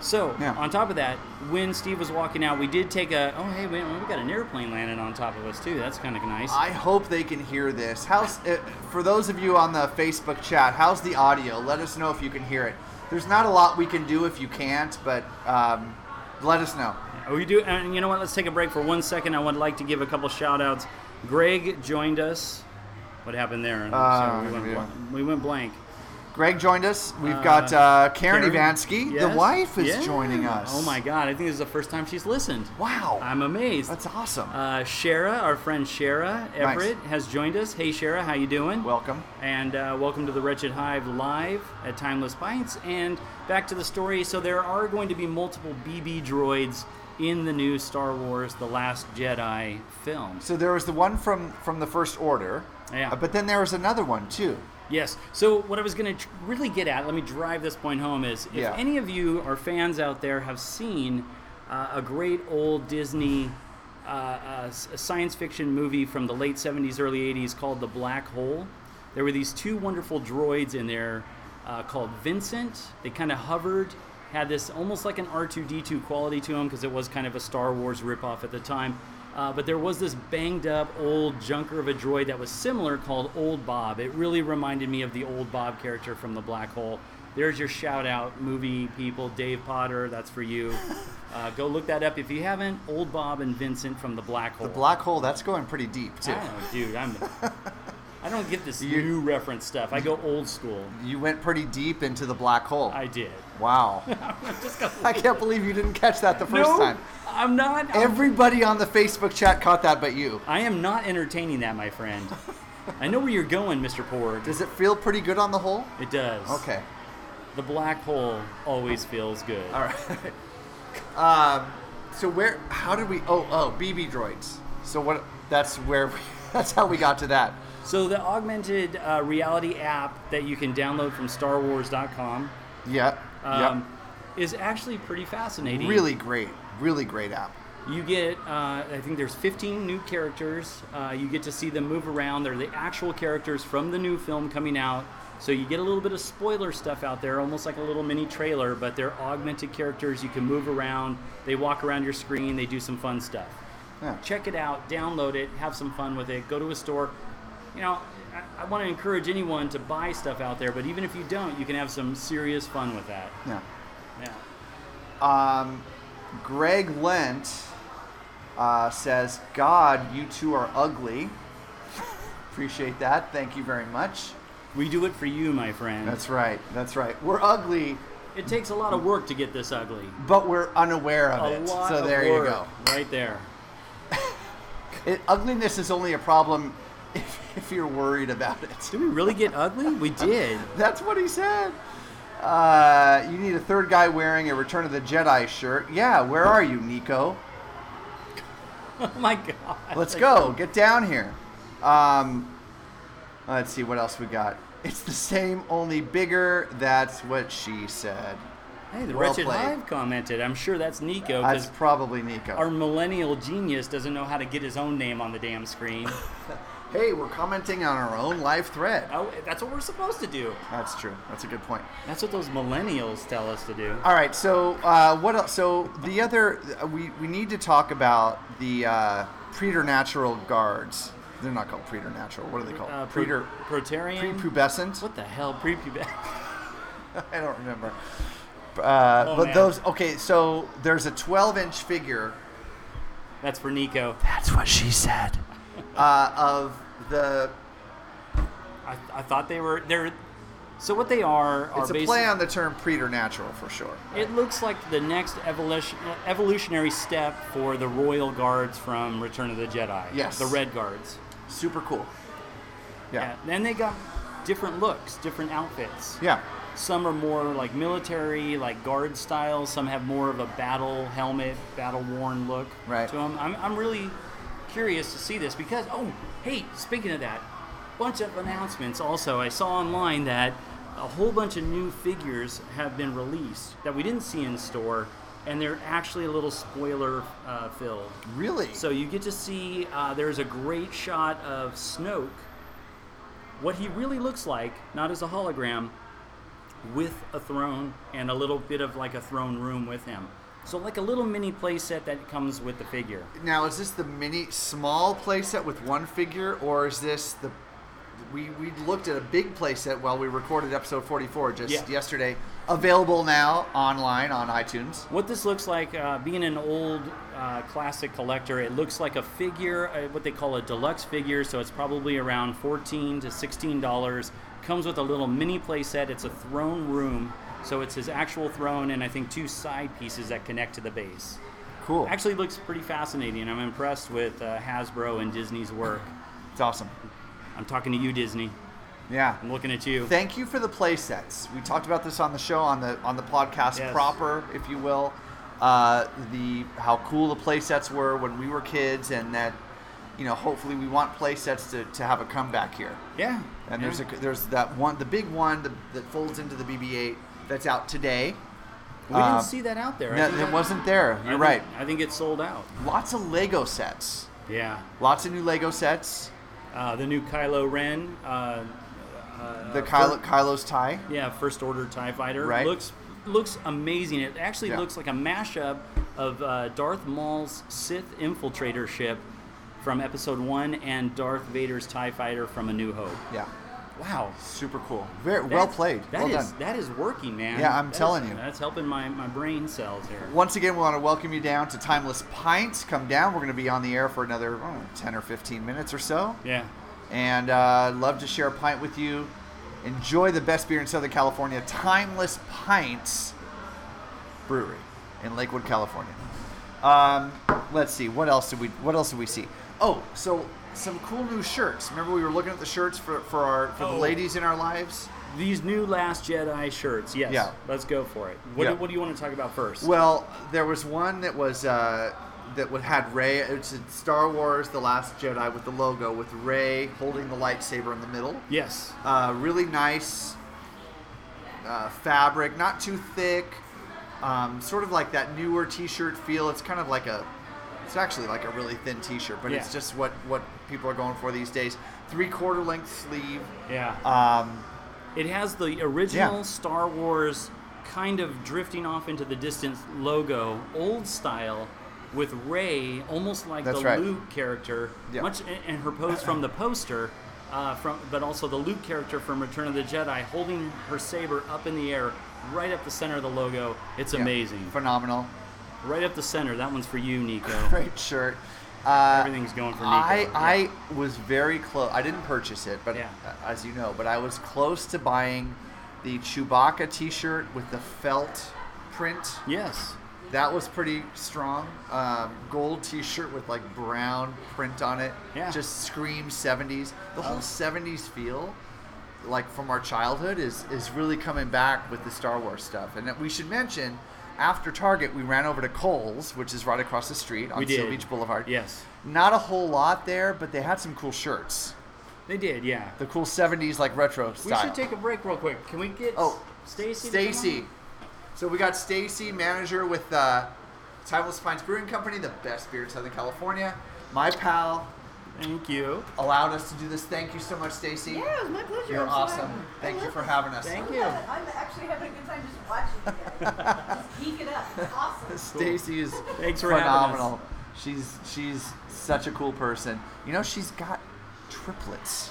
[SPEAKER 8] So
[SPEAKER 1] Yeah.
[SPEAKER 8] on top of that, when Steve was walking out, we did take a. Oh hey, wait, we got an airplane landing on top of us too. That's kind of nice.
[SPEAKER 1] I hope they can hear this. How's uh, for those of you on the Facebook chat? How's the audio? Let us know if you can hear it. There's not a lot we can do if you can't, but um, let us know.
[SPEAKER 8] Oh, we do. And you know what? Let's take a break for one second. I would like to give a couple shout outs. Greg joined us. What happened there? Sorry, we, went
[SPEAKER 1] Uh, yeah.
[SPEAKER 8] bl- we went blank.
[SPEAKER 1] Greg joined us. We've got uh, Karen, Ivansky,
[SPEAKER 8] Yes.
[SPEAKER 1] the wife, is
[SPEAKER 8] Yeah.
[SPEAKER 1] joining us.
[SPEAKER 8] Oh my God! I think this is the first time she's listened.
[SPEAKER 1] Wow,
[SPEAKER 8] I'm amazed.
[SPEAKER 1] that's awesome.
[SPEAKER 8] Uh, Shara, our friend Shara Everett, has joined us. Hey, Shara, how you doing?
[SPEAKER 1] Welcome.
[SPEAKER 8] and uh, welcome to the Wretched Hive live at Timeless Bites. And back to the story. So there are going to be multiple BB droids in the new Star Wars: The Last Jedi film.
[SPEAKER 1] So there was the one from from the First Order.
[SPEAKER 8] Yeah.
[SPEAKER 1] uh, But then there was another one too.
[SPEAKER 8] Yes. So what I was going to really get at, let me drive this point home, is if
[SPEAKER 1] Yeah.
[SPEAKER 8] any of you or fans out there have seen uh, a great old Disney uh, uh, s- science fiction movie from the late 70s, early 80s called The Black Hole, there were these two wonderful droids in there uh, called Vincent. They kind of hovered, had this almost like an R2D2 quality to them because it was kind of a Star Wars ripoff at the time. Uh, but there was this banged up old junker of a droid that was similar called Old Bob. It really reminded me of the Old Bob character from The Black Hole. There's your shout out, movie people. Dave Potter, that's for you. Uh, go look that up if you haven't. Old Bob and Vincent from The Black Hole.
[SPEAKER 1] The black hole that's going pretty deep too.
[SPEAKER 8] I don't know, dude. I'm. I don't get this new reference stuff. I go old school.
[SPEAKER 1] You went pretty deep into the black hole.
[SPEAKER 8] I did.
[SPEAKER 1] wow,
[SPEAKER 8] Just go.
[SPEAKER 1] I can't believe you didn't catch that the first
[SPEAKER 8] no,
[SPEAKER 1] time.
[SPEAKER 8] I'm not. I'm-
[SPEAKER 1] Everybody on the Facebook chat caught that, but you.
[SPEAKER 8] I am not entertaining that, my friend. I know where you're going, Mr. Pord.
[SPEAKER 1] Does it feel pretty good on the whole?
[SPEAKER 8] It does.
[SPEAKER 1] Okay.
[SPEAKER 8] The black hole always feels good.
[SPEAKER 1] All right. um, so where? How did we? Oh, oh, BB droids. So what? That's where. We, that's how we got to that.
[SPEAKER 8] So the augmented uh, reality app that you can download from StarWars.com
[SPEAKER 1] Yeah.
[SPEAKER 8] um, is actually pretty fascinating.
[SPEAKER 1] yep. Really great. Really great app.
[SPEAKER 8] You get, uh, I think there's 15 new characters. Uh, you get to see them move around. They're the actual characters from the new film coming out. So you get a little bit of spoiler stuff out there, almost like a little mini trailer, but they're augmented characters. You can move around. They walk around your screen. They do some fun stuff.
[SPEAKER 1] Yeah.
[SPEAKER 8] Check it out, download it, have some fun with it. Go to a store. You know, I, I want to encourage anyone to buy stuff out there, but even if you don't, you can have some serious fun with that.
[SPEAKER 1] Yeah.
[SPEAKER 8] Yeah.
[SPEAKER 1] Um, Greg Lent uh, says, "God, you two are ugly." Appreciate that. Thank you very much.
[SPEAKER 8] We do it for you, my friend.
[SPEAKER 1] That's right. That's right. We're ugly,
[SPEAKER 8] It takes a lot of work to get this ugly.
[SPEAKER 1] but we're unaware
[SPEAKER 8] A
[SPEAKER 1] of it.
[SPEAKER 8] lot
[SPEAKER 1] So
[SPEAKER 8] of
[SPEAKER 1] there you
[SPEAKER 8] work
[SPEAKER 1] go.
[SPEAKER 8] Right there.
[SPEAKER 1] It, ugliness is only a problem if, if you're worried about it.
[SPEAKER 8] Did we really get ugly? We did.
[SPEAKER 1] That's what he said. Uh, you need a third guy wearing a Return of the Jedi shirt. Yeah, where are you, Nico?
[SPEAKER 8] Oh my god.
[SPEAKER 1] Let's go. Get down here. Um, let's see what else we got. It's the same, only bigger. That's what she said.
[SPEAKER 8] Hey, the
[SPEAKER 1] Well
[SPEAKER 8] Wretched
[SPEAKER 1] played.
[SPEAKER 8] Hive commented. I'm sure that's Nico
[SPEAKER 1] That's
[SPEAKER 8] because
[SPEAKER 1] probably Nico.
[SPEAKER 8] our millennial genius doesn't know how to get his own name on the damn screen.
[SPEAKER 1] hey, we're commenting on our own live thread.
[SPEAKER 8] oh, that's what we're supposed to do.
[SPEAKER 1] That's true. That's a good point.
[SPEAKER 8] That's what those millennials tell us to do.
[SPEAKER 1] All right. So uh, what else? So the other uh, we we need to talk about the uh, preternatural guards. They're not called preternatural. What are they called?
[SPEAKER 8] Uh, pro-
[SPEAKER 1] Preter
[SPEAKER 8] Protarian.
[SPEAKER 1] prepubescent.
[SPEAKER 8] what the hell? Prepubescent.
[SPEAKER 1] I don't remember. Uh,
[SPEAKER 8] Oh,
[SPEAKER 1] but
[SPEAKER 8] man.
[SPEAKER 1] those okay. So there's a 12 inch figure
[SPEAKER 8] That's for Nico.
[SPEAKER 1] uh, of the.
[SPEAKER 8] I, I thought they were they're. So what they are are
[SPEAKER 1] It's a
[SPEAKER 8] basically
[SPEAKER 1] play on the term preternatural for sure.
[SPEAKER 8] It looks like the next evolution, evolutionary step for the royal guards from Return of the Jedi.
[SPEAKER 1] Yes.
[SPEAKER 8] The red guards.
[SPEAKER 1] Super cool. Yeah.
[SPEAKER 8] Then they got different looks, different outfits.
[SPEAKER 1] Yeah.
[SPEAKER 8] Some are more like military, like guard style. Some have more of a battle helmet, battle worn look
[SPEAKER 1] Right.
[SPEAKER 8] to them. I'm, I'm really curious to see this because, oh, hey, speaking of that, bunch of announcements also. I saw online that a whole bunch of new figures have been released that we didn't see in store, and they're actually a little spoiler uh, filled.
[SPEAKER 1] Really.
[SPEAKER 8] So you get to see uh, there's a great shot of Snoke, what he really looks like, not as a hologram, with a throne and a little bit of like a throne room with him. So like a little mini playset that comes with the figure.
[SPEAKER 1] Now, is this the mini small playset with one figure, or is this the we, we looked at a big playset while we recorded episode 44 just
[SPEAKER 8] Yeah.
[SPEAKER 1] yesterday. Available now online on iTunes.
[SPEAKER 8] What this looks like, uh, being an old uh, classic collector, it looks like a figure, uh, what they call a deluxe figure. So it's probably around fourteen to sixteen dollars. Comes with a little mini playset. It's a throne room, so it's his actual throne and I think two side pieces that connect to the base.
[SPEAKER 1] Cool. Actually,
[SPEAKER 8] Actually, looks pretty fascinating. I'm impressed with uh, Hasbro and Disney's work.
[SPEAKER 1] it's awesome.
[SPEAKER 8] I'm talking to you, Disney.
[SPEAKER 1] Yeah.
[SPEAKER 8] I'm looking at you.
[SPEAKER 1] Thank you for the playsets. We talked about this on the show, on the on the podcast
[SPEAKER 8] Yes.
[SPEAKER 1] proper, if you will. Uh, the how cool the playsets were when we were kids, and that you know, hopefully, we want playsets to, to have a comeback here.
[SPEAKER 8] yeah.
[SPEAKER 1] And
[SPEAKER 8] yeah.
[SPEAKER 1] there's a, there's that one, the big one that, that folds into the BB-8 that's out today.
[SPEAKER 8] we
[SPEAKER 1] uh,
[SPEAKER 8] didn't see that out there. I
[SPEAKER 1] No,
[SPEAKER 8] think
[SPEAKER 1] it
[SPEAKER 8] that-
[SPEAKER 1] wasn't there.
[SPEAKER 8] I
[SPEAKER 1] You're
[SPEAKER 8] think-
[SPEAKER 1] right.
[SPEAKER 8] I think it's sold out.
[SPEAKER 1] Lots of Lego sets.
[SPEAKER 8] Yeah.
[SPEAKER 1] Lots of new Lego sets.
[SPEAKER 8] Uh, the new Kylo Ren, uh,
[SPEAKER 1] The Kylo, Kylo's tie.
[SPEAKER 8] yeah, First Order Tie Fighter
[SPEAKER 1] Right.
[SPEAKER 8] looks looks amazing. It actually
[SPEAKER 1] Yeah.
[SPEAKER 8] looks like a mashup of uh, Darth Maul's Sith infiltrator ship from Episode One and Darth Vader's Tie Fighter from A New Hope.
[SPEAKER 1] Yeah,
[SPEAKER 8] Wow,
[SPEAKER 1] super cool. Very well
[SPEAKER 8] That's-
[SPEAKER 1] played.
[SPEAKER 8] that
[SPEAKER 1] well
[SPEAKER 8] is-
[SPEAKER 1] done.
[SPEAKER 8] that is working, man.
[SPEAKER 1] Yeah, I'm
[SPEAKER 8] That is-
[SPEAKER 1] telling you.
[SPEAKER 8] that's helping my, my brain cells here.
[SPEAKER 1] Once again, we want to welcome you down to Timeless Pints. Come down. We're going to be on the air for another oh, 10 or 15 minutes or so.
[SPEAKER 8] Yeah,
[SPEAKER 1] And uh, love to share a pint with you. Enjoy the best beer in Southern California, Timeless Pints Brewery in Lakewood, California. Um, let's see. What else did we? What else did we see? Oh, so some cool new shirts. Remember we were looking at the shirts for, for our for the
[SPEAKER 8] Oh.
[SPEAKER 1] ladies in our lives.
[SPEAKER 8] these new Last Jedi shirts. Yes,
[SPEAKER 1] Yeah.
[SPEAKER 8] let's go for it. What,
[SPEAKER 1] Yeah.
[SPEAKER 8] do, what do you want to talk about first?
[SPEAKER 1] Well, there was one that was uh, that would had Ray. It's Star Wars: The Last Jedi with the logo with Ray holding the lightsaber in the middle.
[SPEAKER 8] yes,
[SPEAKER 1] Uh, really nice uh, fabric, not too thick. Um, sort of like that newer T-shirt feel. It's kind of like a, it's actually like a really thin T-shirt, but it's
[SPEAKER 8] Yeah.
[SPEAKER 1] just what what people are going for these days. Three quarter length sleeve.
[SPEAKER 8] yeah.
[SPEAKER 1] Um,
[SPEAKER 8] It has the original
[SPEAKER 1] Yeah.
[SPEAKER 8] Star Wars kind of drifting off into the distance logo, old style, with Ray almost like
[SPEAKER 1] That's
[SPEAKER 8] the
[SPEAKER 1] right.
[SPEAKER 8] Luke character,
[SPEAKER 1] Yeah.
[SPEAKER 8] much and- and her pose from the poster, uh, from but also the Luke character from Return of the Jedi holding her saber up in the air, right up the center of the logo. It's
[SPEAKER 1] yeah,
[SPEAKER 8] amazing,
[SPEAKER 1] phenomenal,
[SPEAKER 8] right up the center. That one's for you, Nico.
[SPEAKER 1] great shirt. Uh,
[SPEAKER 8] Everything's going for Nico.
[SPEAKER 1] I
[SPEAKER 8] Yeah.
[SPEAKER 1] I was very close. I didn't purchase it, but
[SPEAKER 8] Yeah.
[SPEAKER 1] uh, as you know, but I was close to buying the Chewbacca T-shirt with the felt print.
[SPEAKER 8] yes.
[SPEAKER 1] That was pretty strong. Um, gold T-shirt with like brown print on it.
[SPEAKER 8] Yeah. Oh.
[SPEAKER 1] Just screams '70s. The whole '70s feel, like from our childhood, is is really coming back with the Star Wars stuff. And that we should mention, after Target, we ran over to Kohl's, which is right across the street on
[SPEAKER 8] We did.
[SPEAKER 1] Seal Beach Boulevard.
[SPEAKER 8] Yes.
[SPEAKER 1] Not a whole lot there, but they had some cool shirts.
[SPEAKER 8] They did, yeah.
[SPEAKER 1] The cool '70s like retro
[SPEAKER 8] We
[SPEAKER 1] style.
[SPEAKER 8] should take a break real quick. Can we get
[SPEAKER 1] Oh,
[SPEAKER 8] Stacy? to come on?
[SPEAKER 1] Stacy. So we got Stacy, manager with uh, Timeless Pines Brewing Company, the best beer in Southern California. My pal
[SPEAKER 8] Thank you.
[SPEAKER 1] allowed us to do this. Thank you so much, Stacy.
[SPEAKER 9] Yeah, it was my pleasure.
[SPEAKER 1] You're
[SPEAKER 9] I'm so
[SPEAKER 1] awesome.
[SPEAKER 9] happy.
[SPEAKER 1] Thank
[SPEAKER 9] I
[SPEAKER 1] you
[SPEAKER 9] love
[SPEAKER 1] for
[SPEAKER 9] it.
[SPEAKER 1] having us.
[SPEAKER 8] Thank
[SPEAKER 9] I'm
[SPEAKER 8] you.
[SPEAKER 9] having- I'm actually having a good time just watching you guys. just geek it up. It's awesome.
[SPEAKER 1] Stacy is
[SPEAKER 8] Thanks for having us.
[SPEAKER 1] phenomenal. She's she's such a cool person. You know she's got triplets.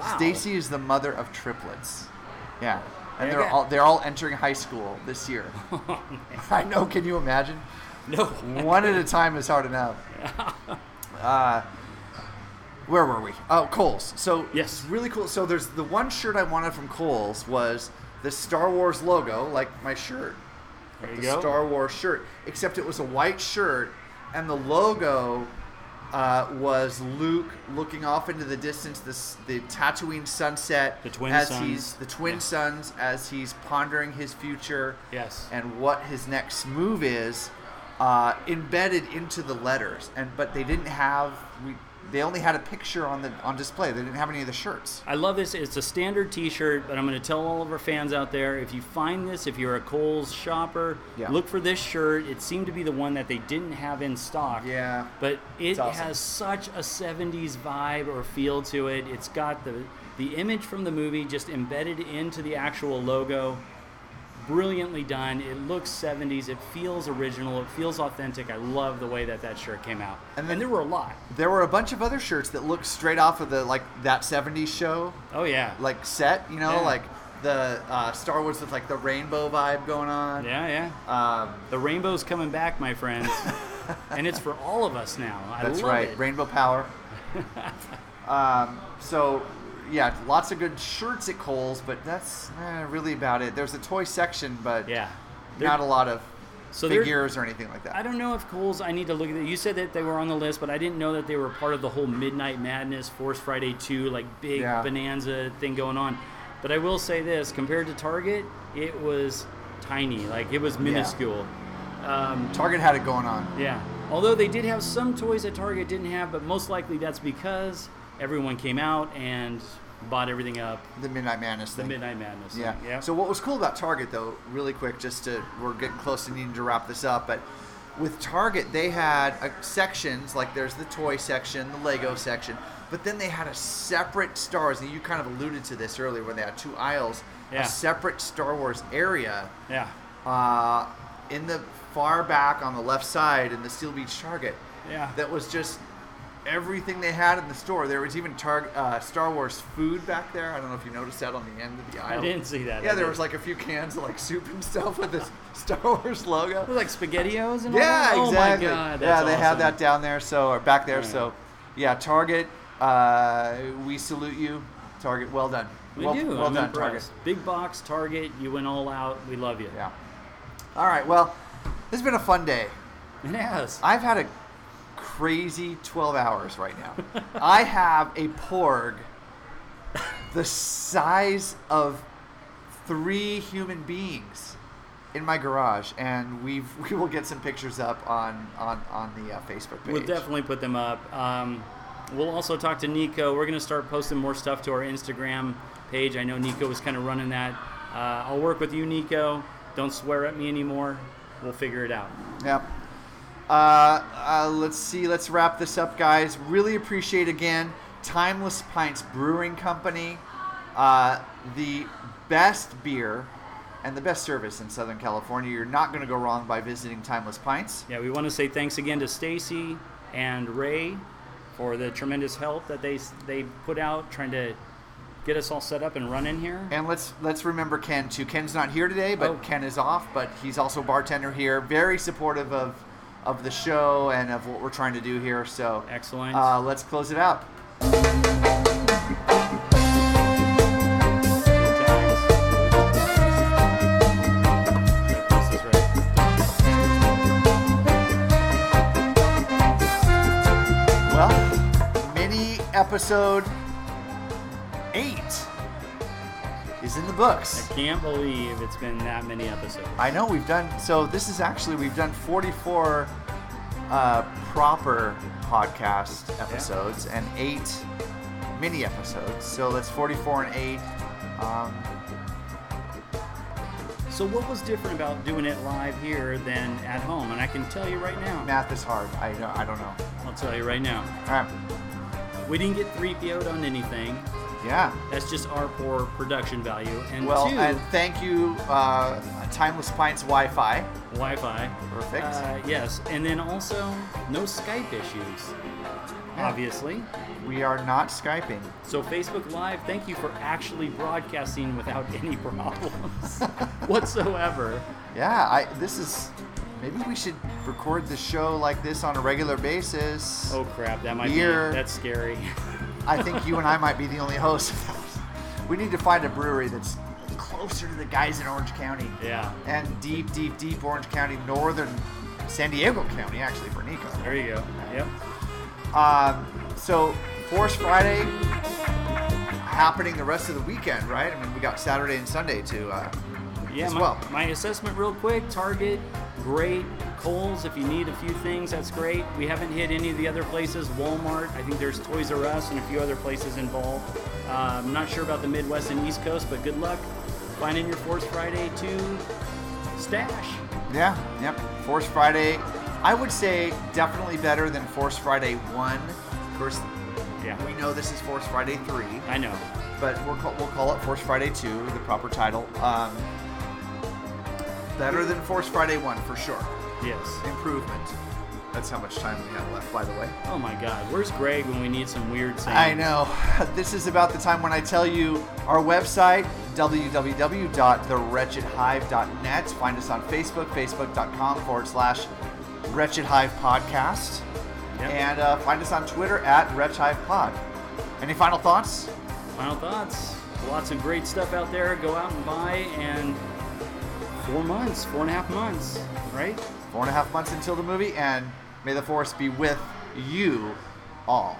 [SPEAKER 8] Wow.
[SPEAKER 1] Stacy is the mother of triplets. Yeah. And
[SPEAKER 8] Yeah,
[SPEAKER 1] they're
[SPEAKER 8] yeah.
[SPEAKER 1] all they're all entering high school this year. I know, can you imagine?
[SPEAKER 8] Oh, No.
[SPEAKER 1] One at a time is hard enough. Uh, where were we? Oh, Coles. So
[SPEAKER 8] Yes.
[SPEAKER 1] really cool. So there's the one shirt I wanted from Coles was the Star Wars logo, like my shirt,
[SPEAKER 8] There
[SPEAKER 1] the
[SPEAKER 8] you go.
[SPEAKER 1] Star Wars shirt. Except it was a white shirt, and the logo uh, was Luke looking off into the distance, this the Tatooine sunset.
[SPEAKER 8] The twin
[SPEAKER 1] as
[SPEAKER 8] suns.
[SPEAKER 1] he's the twin
[SPEAKER 8] Yeah.
[SPEAKER 1] suns as he's pondering his future
[SPEAKER 8] Yes.
[SPEAKER 1] and what his next move is uh, embedded into the letters and but they didn't have we, they only had a picture on the on display they didn't have any of the shirts
[SPEAKER 8] I love this. It's a standard T-shirt, but I'm going to tell all of our fans out there: if you find this, if you're a Kohl's shopper,
[SPEAKER 1] Yeah.
[SPEAKER 8] look for this shirt. It seemed to be the one that they didn't have in stock.
[SPEAKER 1] Yeah.
[SPEAKER 8] But it
[SPEAKER 1] awesome.
[SPEAKER 8] has such a '70s vibe or feel to it. It's got the the image from the movie just embedded into the actual logo. Brilliantly done. It looks 70s. It feels original. It feels authentic. I love the way that that shirt came out.
[SPEAKER 1] And
[SPEAKER 8] And,
[SPEAKER 1] then-
[SPEAKER 8] there were a lot.
[SPEAKER 1] There were a bunch of other shirts that looked straight off of the like that '70s show,
[SPEAKER 8] Oh yeah.
[SPEAKER 1] like set. You know,
[SPEAKER 8] Yeah.
[SPEAKER 1] like the uh, Star Wars with like the rainbow vibe going on.
[SPEAKER 8] yeah, yeah.
[SPEAKER 1] Um,
[SPEAKER 8] The rainbow's coming back, my friends. and it's for all of us now. I
[SPEAKER 1] That's
[SPEAKER 8] love
[SPEAKER 1] right,
[SPEAKER 8] it.
[SPEAKER 1] Rainbow Power. um, so, yeah, lots of good shirts at Kohl's, but that's eh, really about it. There's a toy section, but
[SPEAKER 8] yeah.
[SPEAKER 1] not a lot of
[SPEAKER 8] So they're-
[SPEAKER 1] figures or anything like that.
[SPEAKER 8] I don't know if Kohl's. I need to look at it. You said that they were on the list, but I didn't know that they were part of the whole Midnight Madness, Force Friday 2, like big
[SPEAKER 1] Yeah.
[SPEAKER 8] bonanza thing going on. But I will say this: compared to Target, it was tiny. Like it was minuscule. Um,
[SPEAKER 1] Target had it going on.
[SPEAKER 8] yeah. Although they did have some toys that Target didn't have, but most likely that's because everyone came out and bought everything up.
[SPEAKER 1] The Midnight Madness
[SPEAKER 8] The
[SPEAKER 1] thing.
[SPEAKER 8] Midnight Madness.
[SPEAKER 1] Yeah.
[SPEAKER 8] Thing. Yeah.
[SPEAKER 1] So what was cool about Target though, really quick, just to we're getting close to needing to wrap this up, but with Target they had uh, sections like there's the toy section, the Lego section, but then they had a separate Star Wars, and you kind of alluded to this earlier when they had two aisles,
[SPEAKER 8] Yeah.
[SPEAKER 1] a separate Star Wars area
[SPEAKER 8] yeah.
[SPEAKER 1] uh, in the far back on the left side in the Steel Beach Target.
[SPEAKER 8] Yeah.
[SPEAKER 1] That was just everything they had in the store. There was even tar- uh, Star Wars food back there. I don't know if you noticed that on the end of the
[SPEAKER 8] I
[SPEAKER 1] aisle.
[SPEAKER 8] didn't see that.
[SPEAKER 1] Yeah,
[SPEAKER 8] I
[SPEAKER 1] there
[SPEAKER 8] did.
[SPEAKER 1] was like a few cans of like soup and stuff with this Star Wars logo.
[SPEAKER 8] It was like spaghettios and all
[SPEAKER 1] yeah,
[SPEAKER 8] that? Oh
[SPEAKER 1] exactly.
[SPEAKER 8] my god.
[SPEAKER 1] yeah,
[SPEAKER 8] that's
[SPEAKER 1] they have
[SPEAKER 8] awesome.
[SPEAKER 1] that down there, so or back there. So, yeah, Target, uh, we salute you, Target. Well done.
[SPEAKER 8] We
[SPEAKER 1] well,
[SPEAKER 8] do.
[SPEAKER 1] Well
[SPEAKER 8] I'm
[SPEAKER 1] done,
[SPEAKER 8] impressed.
[SPEAKER 1] Target.
[SPEAKER 8] Big box, Target, you went all out. We love you.
[SPEAKER 1] Yeah. All right. Well, this has been a fun day.
[SPEAKER 8] It has.
[SPEAKER 1] I've had a crazy 12 hours right now. I have a porg the size of three human beings in my garage and we've we will get some pictures up on on on the uh, Facebook page.
[SPEAKER 8] We'll definitely put them up. Um, we'll also talk to Nico. We're going to start posting more stuff to our Instagram page. I know Nico was kind of running that. Uh, I'll work with you, Nico. Don't swear at me anymore. We'll figure it out.
[SPEAKER 1] Yep. Uh, uh, let's see. Let's wrap this up, guys. Really appreciate again Timeless Pints Brewing Company, uh, the best beer and the best service in Southern California. You're not going to go wrong by visiting Timeless Pints.
[SPEAKER 8] Yeah, we want to say thanks again to Stacy and Ray for the tremendous help that they they put out trying to get us all set up and running here.
[SPEAKER 1] And let's let's remember Ken too. Ken's not here today, but
[SPEAKER 8] Oh.
[SPEAKER 1] Ken is off. But he's also bartender here. Very supportive of of the show and of what we're trying to do here. So
[SPEAKER 8] Excellent.
[SPEAKER 1] Uh, let's close it out. Well, mini episode eight is in the books.
[SPEAKER 8] I can't believe it's been that many episodes.
[SPEAKER 1] I know we've done so. This is actually we've done 44 uh, proper podcast episodes and eight mini episodes. So that's 44 and eight. Um,
[SPEAKER 8] So what was different about doing it live here than at home? And I can tell you right now.
[SPEAKER 1] math is hard. I don't, I don't know.
[SPEAKER 8] I'll tell you right now.
[SPEAKER 1] All right.
[SPEAKER 8] We didn't get 3PO'd on anything.
[SPEAKER 1] Yeah.
[SPEAKER 8] That's just our poor production value. And
[SPEAKER 1] Well,
[SPEAKER 8] two,
[SPEAKER 1] and thank you, uh, Timeless Pints Wi-Fi.
[SPEAKER 8] Wi-Fi.
[SPEAKER 1] Perfect.
[SPEAKER 8] Uh, yes, and then also no Skype issues, obviously.
[SPEAKER 1] We are not skyping.
[SPEAKER 8] So Facebook Live, thank you for actually broadcasting without any problems whatsoever.
[SPEAKER 1] Yeah, I, this is. Maybe we should record the show like this on a regular basis.
[SPEAKER 8] Oh crap, that might
[SPEAKER 1] Here.
[SPEAKER 8] be that's scary.
[SPEAKER 1] I think you and I might be the only hosts. we need to find a brewery that's closer to the guys in Orange County
[SPEAKER 8] yeah.
[SPEAKER 1] and deep, deep, deep Orange County, northern San Diego County, actually, for Nico.
[SPEAKER 8] There you go. Yep.
[SPEAKER 1] Um, so, Force Friday happening the rest of the weekend, right? I mean, we got Saturday and Sunday to. Uh,
[SPEAKER 8] Yeah,
[SPEAKER 1] as
[SPEAKER 8] my,
[SPEAKER 1] well.
[SPEAKER 8] my assessment real quick Target, great. Kohl's, if you need a few things, that's great. We haven't hit any of the other places. Walmart, I think there's Toys R Us and a few other places involved. Uh, I'm not sure about the Midwest and East Coast, but good luck finding your Force Friday 2 stash.
[SPEAKER 1] Yeah, yep. Force Friday, I would say definitely better than Force Friday 1. Of course,
[SPEAKER 8] Yeah,
[SPEAKER 1] we know this is Force Friday 3.
[SPEAKER 8] I know.
[SPEAKER 1] but we'll call, we'll call it Force Friday 2, the proper title. Um, better than Force Friday 1 for sure.
[SPEAKER 8] Yes.
[SPEAKER 1] Improvement. That's how much time we have left, by the way.
[SPEAKER 8] Oh my God. Where's Greg when we need some weird sayings?
[SPEAKER 1] I know. This is about the time when I tell you our website, www.thewretchedhive.net. Find us on Facebook, facebook.com forward slash Wretched Hive Podcast.
[SPEAKER 8] Yep.
[SPEAKER 1] And uh, find us on Twitter at Wretched Hive Pod. Any final thoughts?
[SPEAKER 8] Final thoughts. Lots of great stuff out there. Go out and buy. And four months, four and a half months, right?
[SPEAKER 1] Four and a half months until the movie, and may the force be with you all.